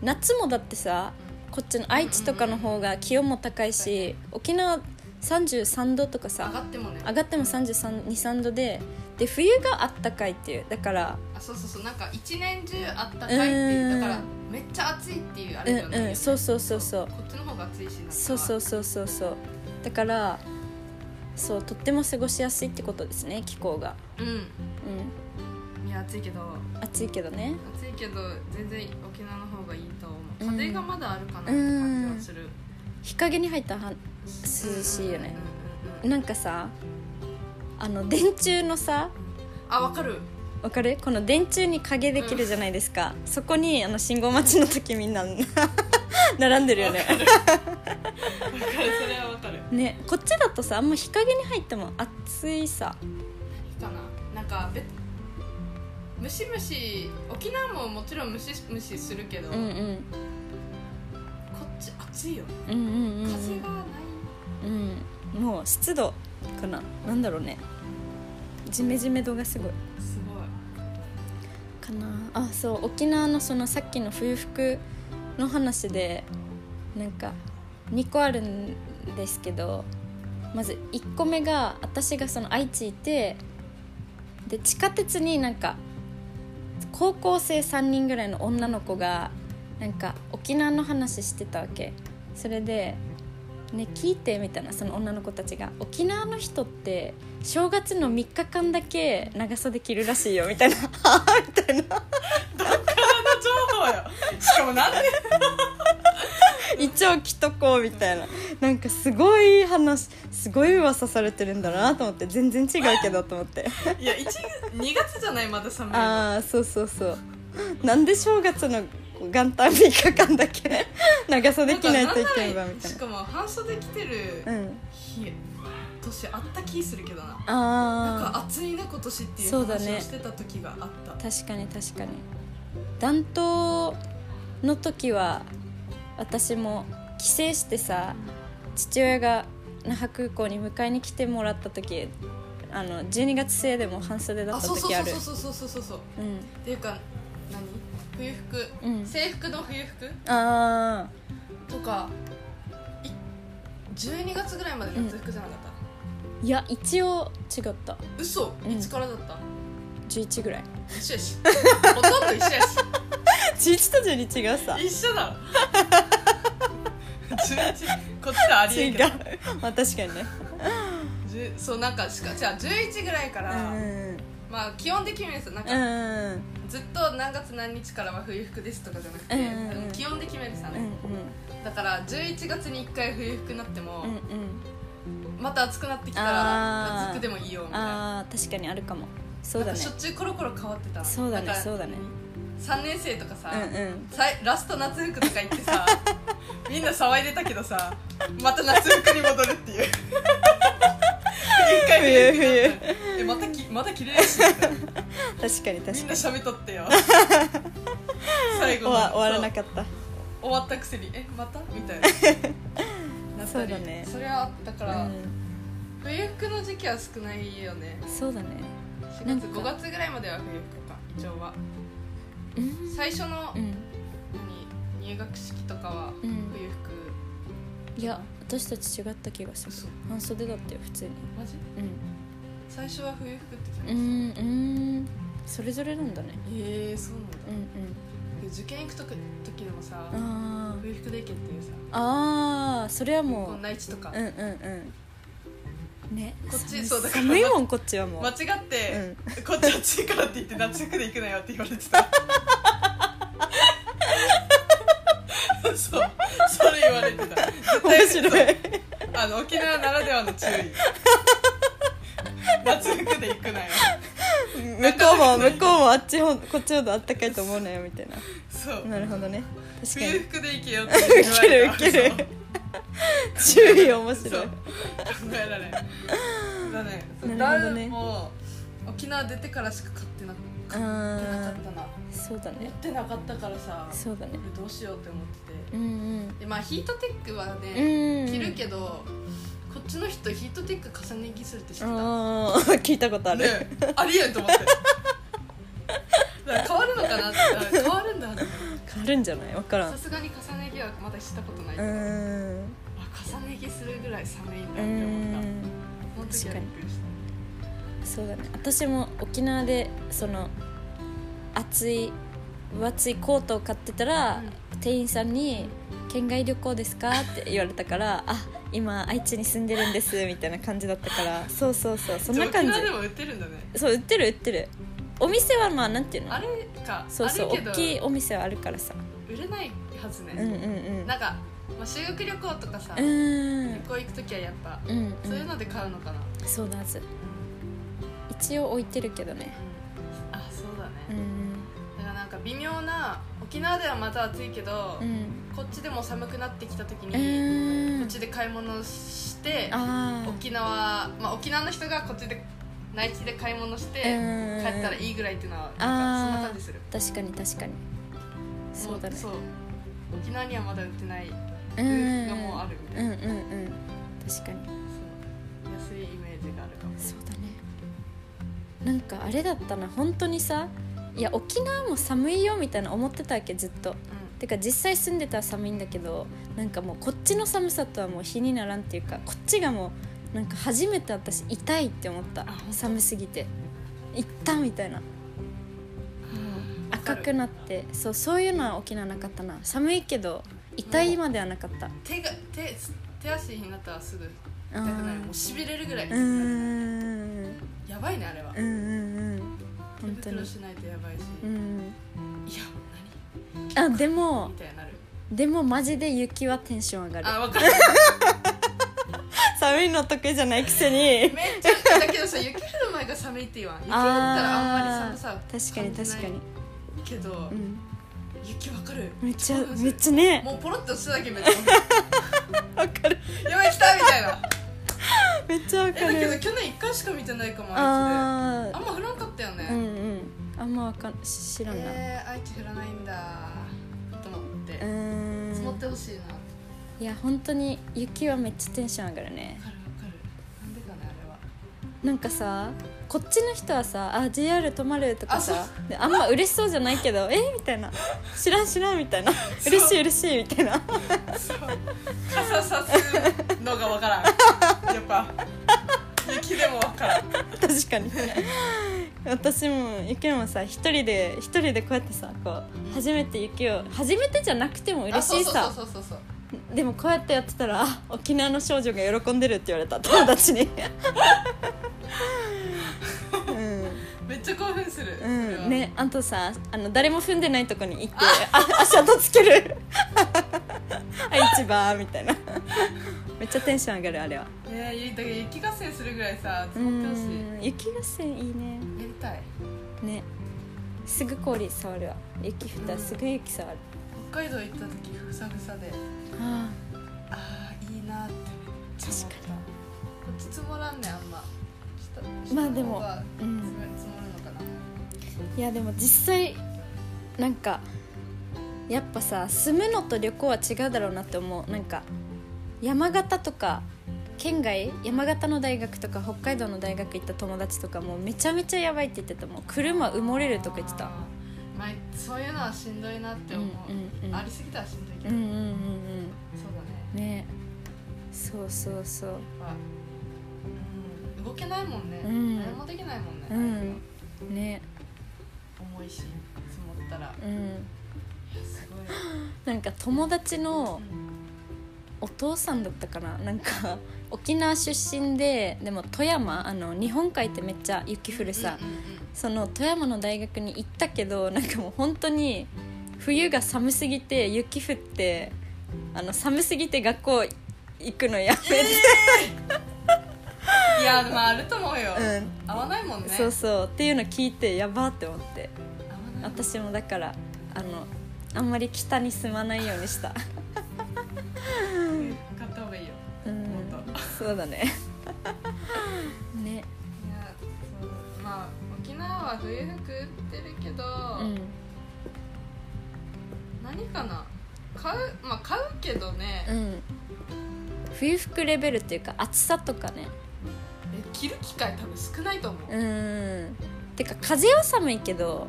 夏もだってさこっちの愛知とかの方が気温も高いし沖縄33度とか
上
さ
がってもね
上がっても332度でで冬があったかいっていうだから
あそうそうそうなんか一年中あったかいっていう
うん
だからめっちゃ暑いっていうあ
う
れ
ん
ではないよね、
うんそうそうそうそう
こっちの方が暑いしなんか
そうそうそうそうそうだからそうとっても過ごしやすいってことですね気候が
うん
う
いや暑いけど
ん暑いけどね
暑いけど全然沖縄の方がいいと思
う
う
ん
風がまだあるかなって感じはする、
日陰に入ったらは涼しいよね
うんうんうん
なんかさあの電柱のさ
あわかる
わかるこの電柱に影できるじゃないですか、そこにあの信号待ちの 時みんな並んでるよね
わかるそれはわかる
ねこっちだとさあんま日陰に入っても暑いさ
かななんかベムシムシ沖縄ももちろんムシムシするけど、
うん
こ
うん
っち暑いよ
うんうんうんうん
風がない、
うんもう湿度かななんだろうねジメジメ度がすごい
すごい
かなあそう沖縄のそのさっきの冬服の話でなんか2個あるんですけどまず1個目が私がその愛知いてで地下鉄になんか高校生3人ぐらいの女の子がなんか沖縄の話してたわけそれで「ね聞いて」みたいなその女の子たちが「沖縄の人って正月の3日間だけ長袖着るらしいよ」みたいな 「はあ」みたいな
情報よしかもなんで
一応着とこうみたいななんかすごい話すごい噂されてるんだなと思って全然違うけどと思って
いや1月2月じゃないまだ寒いの
ああそうそうそうなんで正月の元旦3日間だけ 長袖着ないといけないわ
ん
み
か
たい
し
な
かも半袖着てる
うん
日年あった気するけどななん
あ
か暑いね今年っていう
そうだ
話
ね
をしてた時があった、
あ確かに確かに暖冬の時は私も帰省してさ父親が那覇空港に迎えに来てもらった時あの12月生でも半袖だ
あ
った
そうそう
時
そ
あ
う
る
そうそうそうそうそう
うん
っていうか何冬服、
うん
制服の冬服
ああ
とかい12月ぐらいまで夏服じゃなかった、
いや一応違った
嘘
うん
いつからだった、
11ぐらい
一緒やしほとんど一緒やし
11と12違うさ
一 緒だ11こっちはありえ
違
ん
う
けど
まあ確かにね
10そうなんかしかじゃあ11ぐらいから、まあ基本的にですなんか、
うんうん
ずっと何月何日からは冬服ですとかじゃなくて、
うんうんうん
基本で決めるさ
うんう
ね、
ん
だから11月に1回冬服になっても、
うんうん
また暑くなってきたら
あー
夏服でもいいよみたいな
あー確かにあるかもそう
な
だ
んか
ね
しょっちゅうコロコロ変わってた
そうだ
な
ね
んか
そうだね
3年生とかさ、
うんうん
さいラスト夏服とか言ってさみんな騒いでたけどさまた夏服に戻るっていう一回冬服になったえまたきまた着れるしみたいな
確かに
み
確か
んな
に
喋っ とってよ最
終
後の
わ終わらな
そう
かった
終わったくせにえまたみた いななっ
そ
たり
うだね
それはあったから、
うん
冬服の時期は少ないよね
そうだね
4
なん
月
か
5月ぐらいまでは冬服か一応は
うん
最初の、
うん
何入学式とかは
うん
冬服
いや私たち違った気がする
嘘
半袖だったよ普通に
マジ
うん
最初は冬服って決
う
めて
んうんそれぞれなんだね
たえー、そうなんだ
うんうん
受験行くとく時でもさ
あー
冬服で行けっていうさ
あーそれは
こ
も
んな位置とか
ううんうんうんね
こっち
寒い
そうだから
寒いもんこっちはもう
間違って、
うん
こっち暑いからって言って夏服で行くなよって言われてたそうそれ言われてた絶対
面白い
あの沖縄ならではの注意夏服で行くなよ
向こうも向こうもあっちほこっちほどあったかいと思うなよみたいな
そう
なるほどね確か
冬
に
服で行けよっ て言われた
ウケるウケる
そう
注意面白
そう
い
考えられんだね
なるほどね
ダウンも沖縄出てからしか買ってな買ってなか
あ
ったな
ーそうだ
持っ
ね
てなかったからさ
そうだね
どうしようって思って
う
て
ん
でまあヒートテックは
うん
ね、
うん
着るけどこっちの人ヒートテック重ね着するって知ってた
あー聞いたことある、
ねえありえんと思って だから変わるのかなって変わるんだって
変わるんじゃないわからん
さすがに重ね着はまだしたことない、
う
あ
ん
重ね着するぐらい寒いんだっ
う
て思った
ん
その時はびっくりし
そうだね私も沖縄でその暑い分厚いコートを買ってたら、店員さんに「県外旅行ですか?」って言われたから「あ今愛知に住んでるんです」みたいな感じだったからそうそうそうそ
た
んな感じ
沖縄でも売ってるんだね
そう売ってる売ってるお店はまあなんていうの
あれか
そうそう
あるけど
大きいお店はあるからさ
売れないはずね、
うんうんうん
なんか、まあ、修学旅行とかさ、
う
旅
ん
行行く時はやっぱ
うんうん
そういうので買うのかな、
そうだはず一応置いてるけどね
あそうだね、
うん
だからなんか微妙な沖縄ではまた暑いけど、
うん
こっちでも寒くなってきた時
う
に、
ん
こっちで買い物して
ああ
沖縄、まあ、沖縄の人がこっちで内地で買い物して
うんうんうん
帰ったらいいぐらいっていうのはなんかそんな感じする
確かに確かにそうだね
もそう沖縄にはまだ売ってない
うんうん
服がもうあるみた
う
い
んうん
な、
うん確かに
そう安いイメージがあるかも
そうだねなんかあれだったな本当にさいや沖縄も寒いよみたいな思ってたわけずっとてか実際住んでたら寒いんだけどなんかもうこっちの寒さとはもう比にならんっていうかこっちがもうなんか初めて私痛いって思った
あ本当
寒すぎて行ったみたいな
うん
赤くなってそうそういうのは沖縄なかったな寒いけど痛いまではなかった
手が手手足になったらすぐ
う
痛く
ん
なるもうしびれるぐらい
うんうん
やばいねあれは
うんうんうん
手
本当に
袋しないとやばいし、
うん
いや
あで
何
も
みたいになる
でもマジで雪はテンション上がる
あ分かる
寒いの得意じゃないくせ に
めっちゃだけどさ雪降る前が寒いって言わん雪降ったらあんまり寒さ
確かに
感じ
確
ない
かに
けど、
うん
雪分かる
めっちゃ
そうなんですよ
めっちゃね
もうポロッとしてただけめっちゃ
わかる
やばい来たみ たいな
めっちゃわ
え
か
だけど
る
去年1回しか見てないかもあ
あ
いつであんま降らんかったよね、
ーうんうんあんまわかんし知らんな、
えー、愛知降らないんだと思って、
う
積もっ
ー
てほしいなわか
んいや本当に雪はめっちゃテンション上がるね
るわかるなんでかねあれは
なんかさこっちの人はさ「あ JR 止まる」とか
あ
さであんま嬉しそうじゃないけど「えみたいな「知らん知らん」みたいな「嬉しい嬉しい」みたいな
そう傘さすのがわからんやっぱ雪でもわからん
確かに私もゆきもさ一人で一人でこうやってさこう初めて雪を初めてじゃなくても嬉しい
あ
さ
そうそうそうそうそう
でもこうやってやってたらあ沖縄の少女が喜んでるって言われた友達に
めっちゃ興奮する、
う
それ
ん、う
は
ん、ねあとさあの誰も踏んでないとこに行ってあ足跡つけるあ市場みたいなめっちゃテンション上がるあれは
ねえだけど雪合戦するぐらいさ
う
積もってほしい
ん雪合戦いいね
やりたい
ねすぐ氷触るわ雪降ったらすぐ雪触る、
北海道行った時ふさふさで
あ
ああいいなってめっちゃ思ったこっち積もらんねあんま下
まあでも
下の方が
あうん
積もるのかな、
いやでも実際なんかやっぱさ住むのと旅行は違うだろうなって思うなんか山形とか県外山形の大学とか北海道の大学行った友達とかもうめちゃめちゃやばいって言ってたもう車埋もれるとか言ってた
あーまあそういうのはしんどいなって思う,、
うんうんうん
ありすぎたらしんどいけ
うん
ど、
うんうん
そうだね
うんねそうそうそう
まあうん動けないもんね、
うん
何もできないもんね、
うんね
重いし積もったらいや
うん
すごい、
なんか友達の
うん
お父さんだったかななんか沖縄出身ででも富山あの日本海ってめっちゃ雪降るさ、
うんうんうん
その富山の大学に行ったけどなんかもう本当に冬が寒すぎて雪降ってあの寒すぎて学校行くのや
いやまああると思うよ、
めて、
合わないもん
う
ね
ん、そうそうっていうの聞いてやばって思って
合わない
私もだからあのあんまり北に住まないようにした、
買った方がいいよ
うん
本、
そうだ ねね
いやそうまあ沖縄は冬服売ってるけど、
うん
何かな買うまあ買うけどね、
うん冬服レベルっていうか暑さとかね
え着る機会多分少ないと思う、
うーんてか風は寒いけど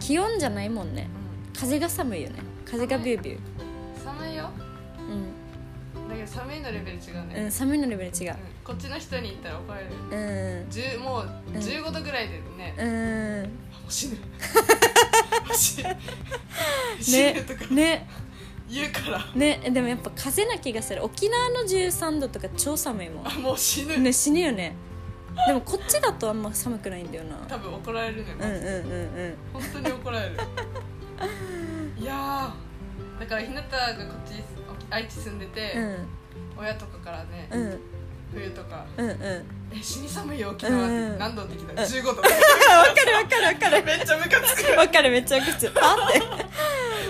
気温じゃないもんね
う
風が寒いよね風がビュービュー
ん寒いよだけど寒いのレベル違う
うん、う
ね、
ん、寒いのレベル違う
うんこっちの人に言ったら怒られる
うん
じゅうもう15度ぐらいでね、
うーん
あも う死ぬもう死ぬ死ぬ
ね
とか
ね
言うから
ねでもやっぱ風な気がする沖縄の13度とか超寒いも
あもう死ぬ、
んね死ぬよねでもこっちだとあんま寒くないんだよな
多分怒られるね、
うんうんうん
本当に怒 られるいやーだからひなたがこっち沖愛知住んでて、
うんうん
親とかからね、
うん
冬とか
うんうん
「え死に寒いよ沖縄」
うんうん
何度って聞いたら15度
わかるわかるわかる
めっちゃムカつく
わかるめっちゃ口パって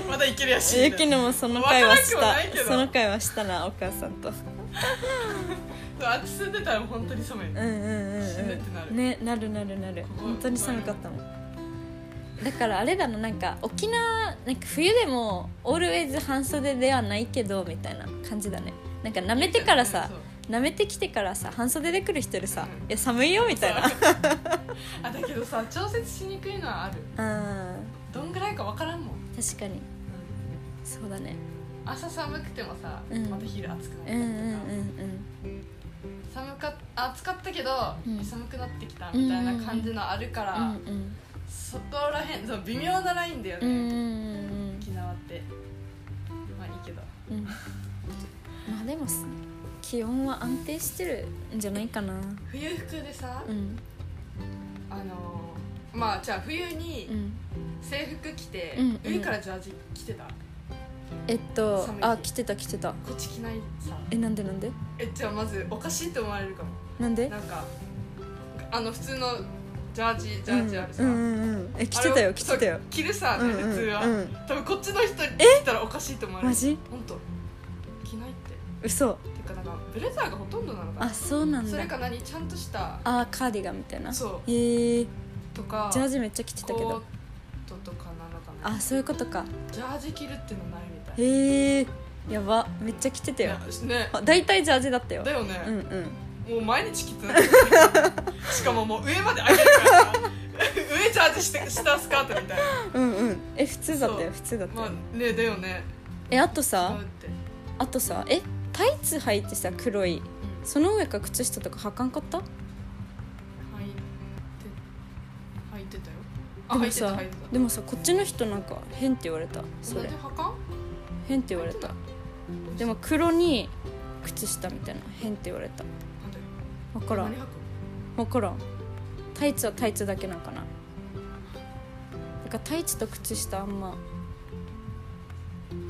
まだいけるやし
ゆきのもその会話し
わからんくもないけ
た
ど
その会話したなお母さんと
あっち住んでたら本当に寒い、
うんうんうん、
死ぬってな
う
る
ん、ねなるなるなる
ここ
本当に寒かったもんだからあれだななんか沖縄なんか冬でもオールウェイズ半袖ではないけどみたいな感じだねなんか舐めてからさ
そう
舐めてきてからさ半袖で来る人いるさ
う
「
ん
いや寒いよ」みたいな
あだけどさ調節しにくいのはある
あ
どんぐらいかわからんもん
ー確かにそうだね
朝寒くてもさ、
うん
また昼暑くなっ
う
た
ん
り
う
と
ん
か、
うん
寒かっ暑かったけど、
うん
寒くなってきたみたいな感じのあるから、
うんうん
そこらへんそう微妙なラインだよ
うんう
ね、
んうん
沖縄ってまあいいけど
うんうんまあでも気温は安定してるんじゃないかな
冬服でさ、
うん
あのーまあじゃあ冬に
うん
制服着て、
うん
上からジャージ着てたこ
えっと
寒い日
あ来てた来てた
っち着ないさ
えなんでなんで
えじゃあまずおかしいって思われるかも
なんで
なんかあの普通のジャージジャージあるさ、
うんうんうんうんえ来てた
あれ
よ
を
来てたよ
そう着るさ、
うん
普通は、
うんうん
多分こっちの人に来たらおかしいと思われる
マジ
本当着ないって
嘘
てかなんかブレザーがほとんどなのか
あそうな
なんそ
だ
れか何ちゃんとした
あカーディガンみたいな
そう
えー、
とか
ジャージめっちゃ着てたけ
コー
ど
トとかなのかな
あそういうことか
ジャージ着るってのないみたい
へえー、やばめっちゃ着てたよ
なね
あ大体ジャージだったよ
だよ
うん
ね、
うん
もう毎日着てないしかももう上まで上げるからさ上ジャージして下スカートみたいな
うんうんえ普通だった
そ
よ
う
普通だったよ、
まあねだよね
えあと
違
さ
うって
あとさえタイツ履いてさ黒い
うん
その上か靴下とか履かんかった
履いて履いてたよ
で
あ履
も
いてた
さ
履いてた
でもさこっちの人なんか変って言われたそ
それ
れ
で履かん
変って言われたでも黒に靴下みたいな変って言われた
なんだよ
分から
何
ん
履く
分からんタイツはタイツだけなんかなだからタイツと靴下あんま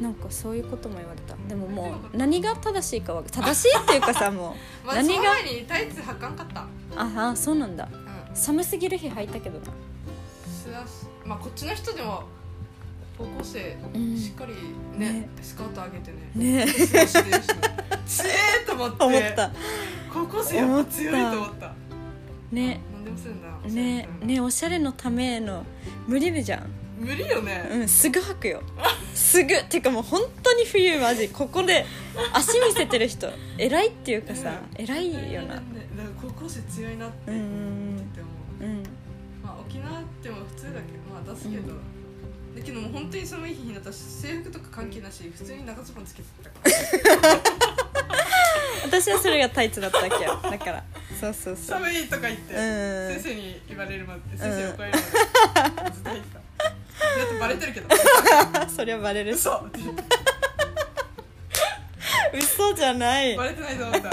なんかそういうことも言われたでももう何が正しいかは正しいっていうかさも
まあ、
何が
その前にタイツ履かんかった、
うああそうなんだ
うん
寒すぎる日履いたけどな
すらすまあこっちの人でも高校生、
うん
しっかりね
ね
スカート上げて
ね
ね
え
すらしてるし強えと思って
思った
高校生やっぱ強いと思った
ね
何でもするんだ
ねねおしゃれのための無理じゃん
無理よね、
うんすぐ履くよすぐてかもう本当に冬マジここで足見せてる人偉いっていうかさ偉いよな
ねだから高校生強いなって
うんうん
思う、
うん
まあ、沖縄っても普通だけどまあ出すけど、
うん
だけどもう本当に寒い日になったら制服とか関係なし普通に長ズボンつけてたから
私はそれがタイツだったわけよだからそうそうそう
寒いとか言って、
うん
先生に言われるまで先生に怒られるまでずっと言ってただってバレてるけど
あそりゃバレるし
嘘って言って
嘘じゃない
バレてないと思った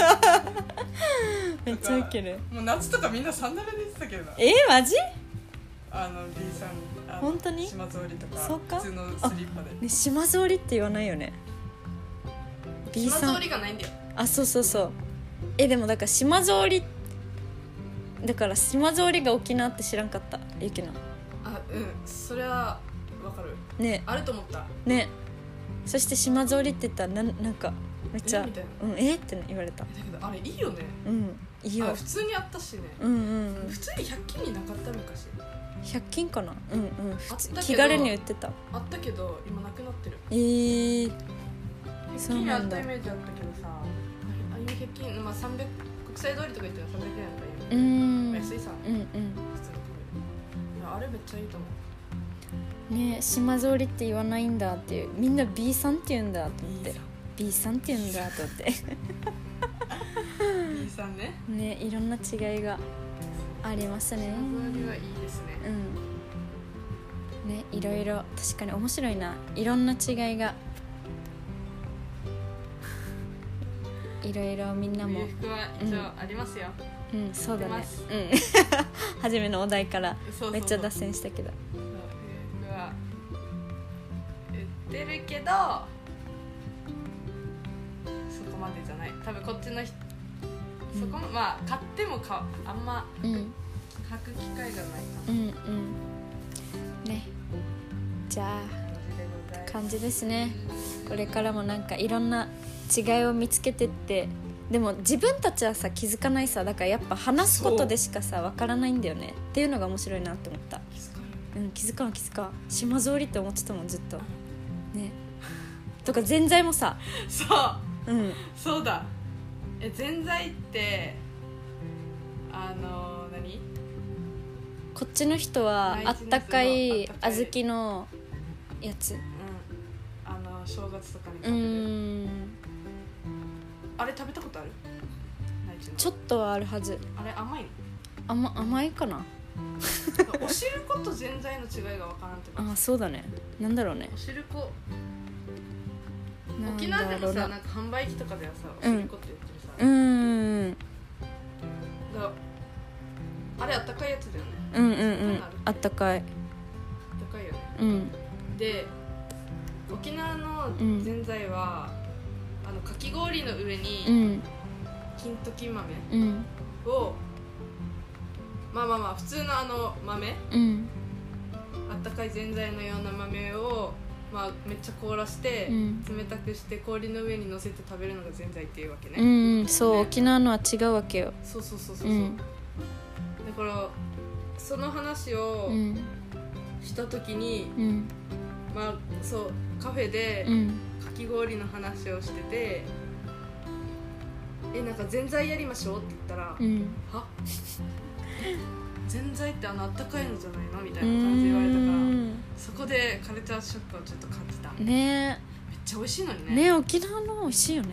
めっちゃウケる
もう夏とかみんなサンダルで行ってたけどな
えー、マジ
あの B さんあの
本当に
島通りとか
そうか
普通のスリッパで
ね島ぞりって言わないよね B さん
りがないんだよ
あそうそうそうえでもだから島ぞりだから島ぞりが沖縄って知らんかったゆきの
あうんそれはわかる
ね
あると思った
ねそして島ぞりって言ったらなんなんかめっち
え
ゃ
みたいな
「うん、えっ?」て言われた
だけどあれいいよね
うんいい
あ
よ
普通にあったしね
うんうんうん
普通に100均になかった昔
100均かなうんうん普
あ
通
ったけど
気軽に売ってた
あったけど今なくなってる
えー、
100
そう
均に
な
あ
ん
っ
だ
たイメージあったけどさああいう100均、まあ、300国際通りとか言ったら300円とかいう
ーんうん
安いさ
うん
普通に食べるいやあれめっちゃいいと思う
ね島ぞりって言わないんだっていうみんな B さんって言うんだと思って B さんって言うんだと思って
B さんね
ねいろんな違いがありますね
島通りはいいですね
うんねいろいろ確かに面白いないろんな違いがいろいろみんなも
冬服は一応ありますよ、
うんそうだ
出ま
ね
す
うん 初めのお題から
そうそうそう
めっちゃ脱線したけど
そう冬服は売ってるけどそこまでじゃない多分こっちの人そこもまあ買っても買うあんま
うん
履く機会がない
うんう
か
んねじゃ
な感じでござい
あ
ます
感じですねこれからもなんかいろんな違いを見つけてってでも自分たちはさ気づかないさだからやっぱ話すことでしかさわからないんだよねっていうのが面白いなって思った
気づかない
うん気づかん気づかん島ぞうりって思ってたもんずっとねとかぜんざいもさ
そう
うん
そうだえぜんざいってあの何
こっちの人はあ
内地の
っ
人の
たかい
あったかい
小豆のやつ
うんあの正月とかに
う
食べる
ーん
あれ食べたことあるないちの
ちょっとはあるはず
あれ甘 いの
甘甘いかな
お汁粉とぜんざいの違いがわからんってば
あそうだねなんだろうね
お汁粉
なん
沖縄で
だろ
も
う
さ
な
なんか販売機とかではさお
うん
汁粉って言ってるさ、
うーん
だからあれあったかいやつだよね
うんうんうんあったかい
あったかいよね
うん
で沖縄のぜんざいは、あのかき氷の上
う
に
ん
金時豆
うん
を、まあまあまあ普通のあの豆
うん
あったかいぜんざいのような豆を、まあ、めっちゃ凍らして、
うん
冷たくして氷の上に乗せて食べるのがぜんざいっていうわけね、
うんそう
ね
沖縄のは違うわけよ
そうそうそうそうそうう、
ん
だからその話を
うん
した時に、
うん
まあそうカフェで
うん
かき氷の話をしてて「えなんかぜんざいやりましょう」って言ったら「
うん
は ぜんざいってあのあったかいのじゃないの?」みた
う
いな感じで言われたから
ん
そこでカルチャーショックをちょっと感じためっ
ね
ちゃ美味しいのにね
ね沖縄の美味しいよね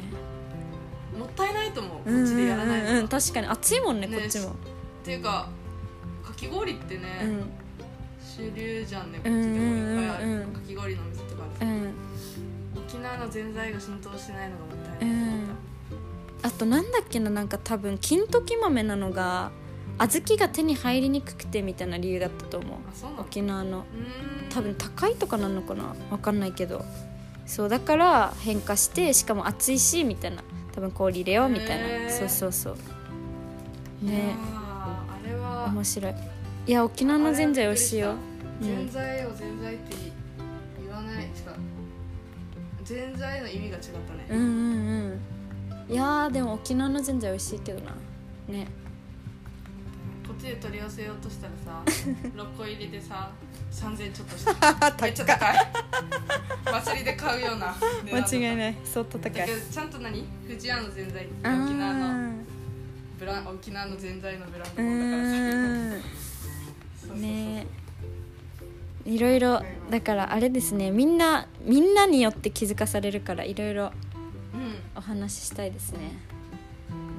もったいないと思うこっちでやらないの
うんうんうん
がっ
確かに暑いもんね
ね
こっちも
ていうかかき氷ってね、
うん
主流じゃんねこっちでもいっぱいある、
うんうんうんうん
かき氷の店とかある
うん
沖縄のぜんざいが浸透してないのがもったいないと
う
思っ
ん
た、
あとなんだっけななんか多分金時豆なのが小豆が手に入りにくくてみたいな理由だったと思う
あそうなのう
沖縄の
ーん
多分高いとかなのかなわかんないけどそうだから変化してしかも暑いしみたいな多分氷入れようみたいな、
へー
そうそうそう
いや
ね
ーあれは
面白いいや沖縄のぜんざい美味しいよ
あれはびっくりしたぜんざいをぜんざいって言わないしかぜんざいの意味が違った
う
ね
んうんうんいやーでも沖縄のぜんざい美味しいけどなね
こっちで取り寄せようとしたらさ 6個入りでさ3000ちょっとしためっちゃ高い祭りで買うような値段だった
ない相当高
だけどちゃんと何藤屋のぜんざいって
あ
沖縄の
ー
ブラン沖縄のぜんざいのブラン
う
ドもんだからさ
ーん
そうそうそう
ねいろいろだからあれですねみんなみんなによって気づかされるからいろいろ
うん
お話ししたいですね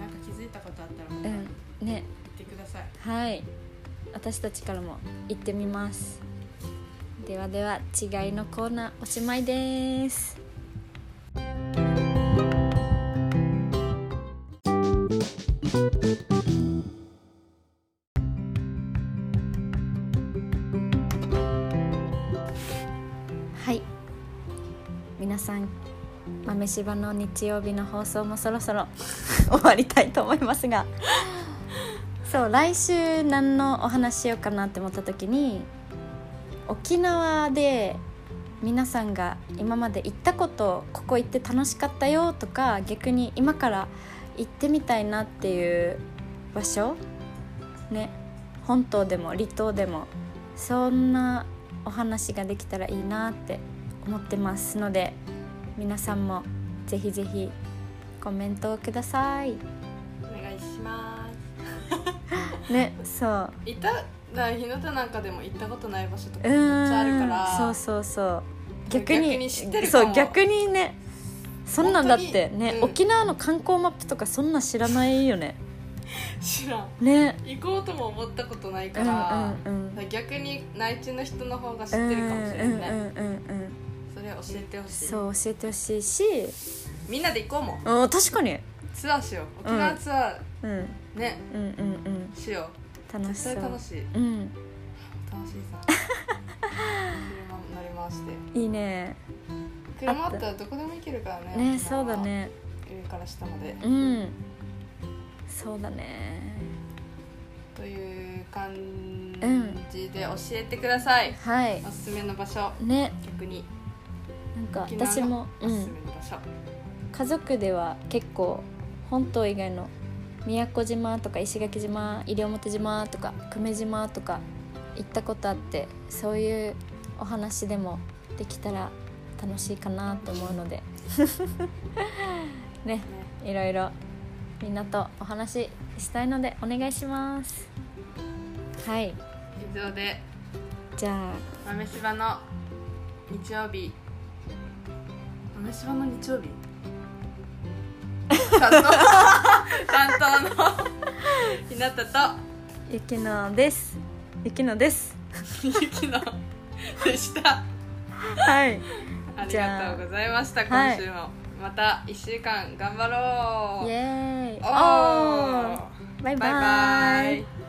なんか気づいたことあったらまた
う
言っ
んね
てください
はい私たちからも行ってみますではでは違いのコーナーおしまいですはい皆さん豆柴の日曜日の放送もそろそろ 終わりたいと思いますがそう来週何のお話しようかなって思った時に沖縄で皆さんが今まで行ったことここ行って楽しかったよとか逆に今から行ってみたいなっていう場所ね本島でも離島でもそんなお話ができたらいいなって思ってますので皆さんもぜひぜひコメントをください。
お願いします
ねそう
いただ日向なんかでも行ったことない場所とか
う
めっちゃある
ー
か
ん
ら
そうそうそう逆に
逆に知ってるかも
そう逆にねそんなんだってね
本、当にうん
沖縄の観光マップとかそんなん知らないよね
知らん
ね
行こうとも思ったことない
うん
か
うん
ら,、
うん
逆に内地の人の方が知
う
って
ん
る
う
か
ん
もしれない、
うんうんうん
それ教えてほしい
そう教えてほしいし
みんなで行こうもん
うん確かに
ツアーしよう沖縄ツア
うんうん
ーね
うんうん
しよう
楽し
絶
そう
対楽しい
うん
楽しいさ車乗り回して
いいね
車あったらどこでも行けるからね
ね
沖縄
そうだ
は
ね
上から下まで
うんそうだね
という感
うん
じで教えてください、
はい
おすすめの場所
ね
逆に
なんか
沖縄
私も
がお
う
すす
ん
めの場所、
家族では結構本島以外の宮古島とか石垣島西表島とか久米島とか行ったことあってそういうお話でもできたら楽しいかなと思うのでねいろいろみんなとお話ししたいのでお願いしますはい
以上で
じゃあ
豆柴の日曜日豆柴の日曜日担当担当のひなたと
ゆきのですゆきのです
ゆきのでした
はい
あり
じゃあ
がとうございました
は
今
い
週も、また一週間頑張ろ
イ
う
エーイ
おー
おーバイバイ
バイバイ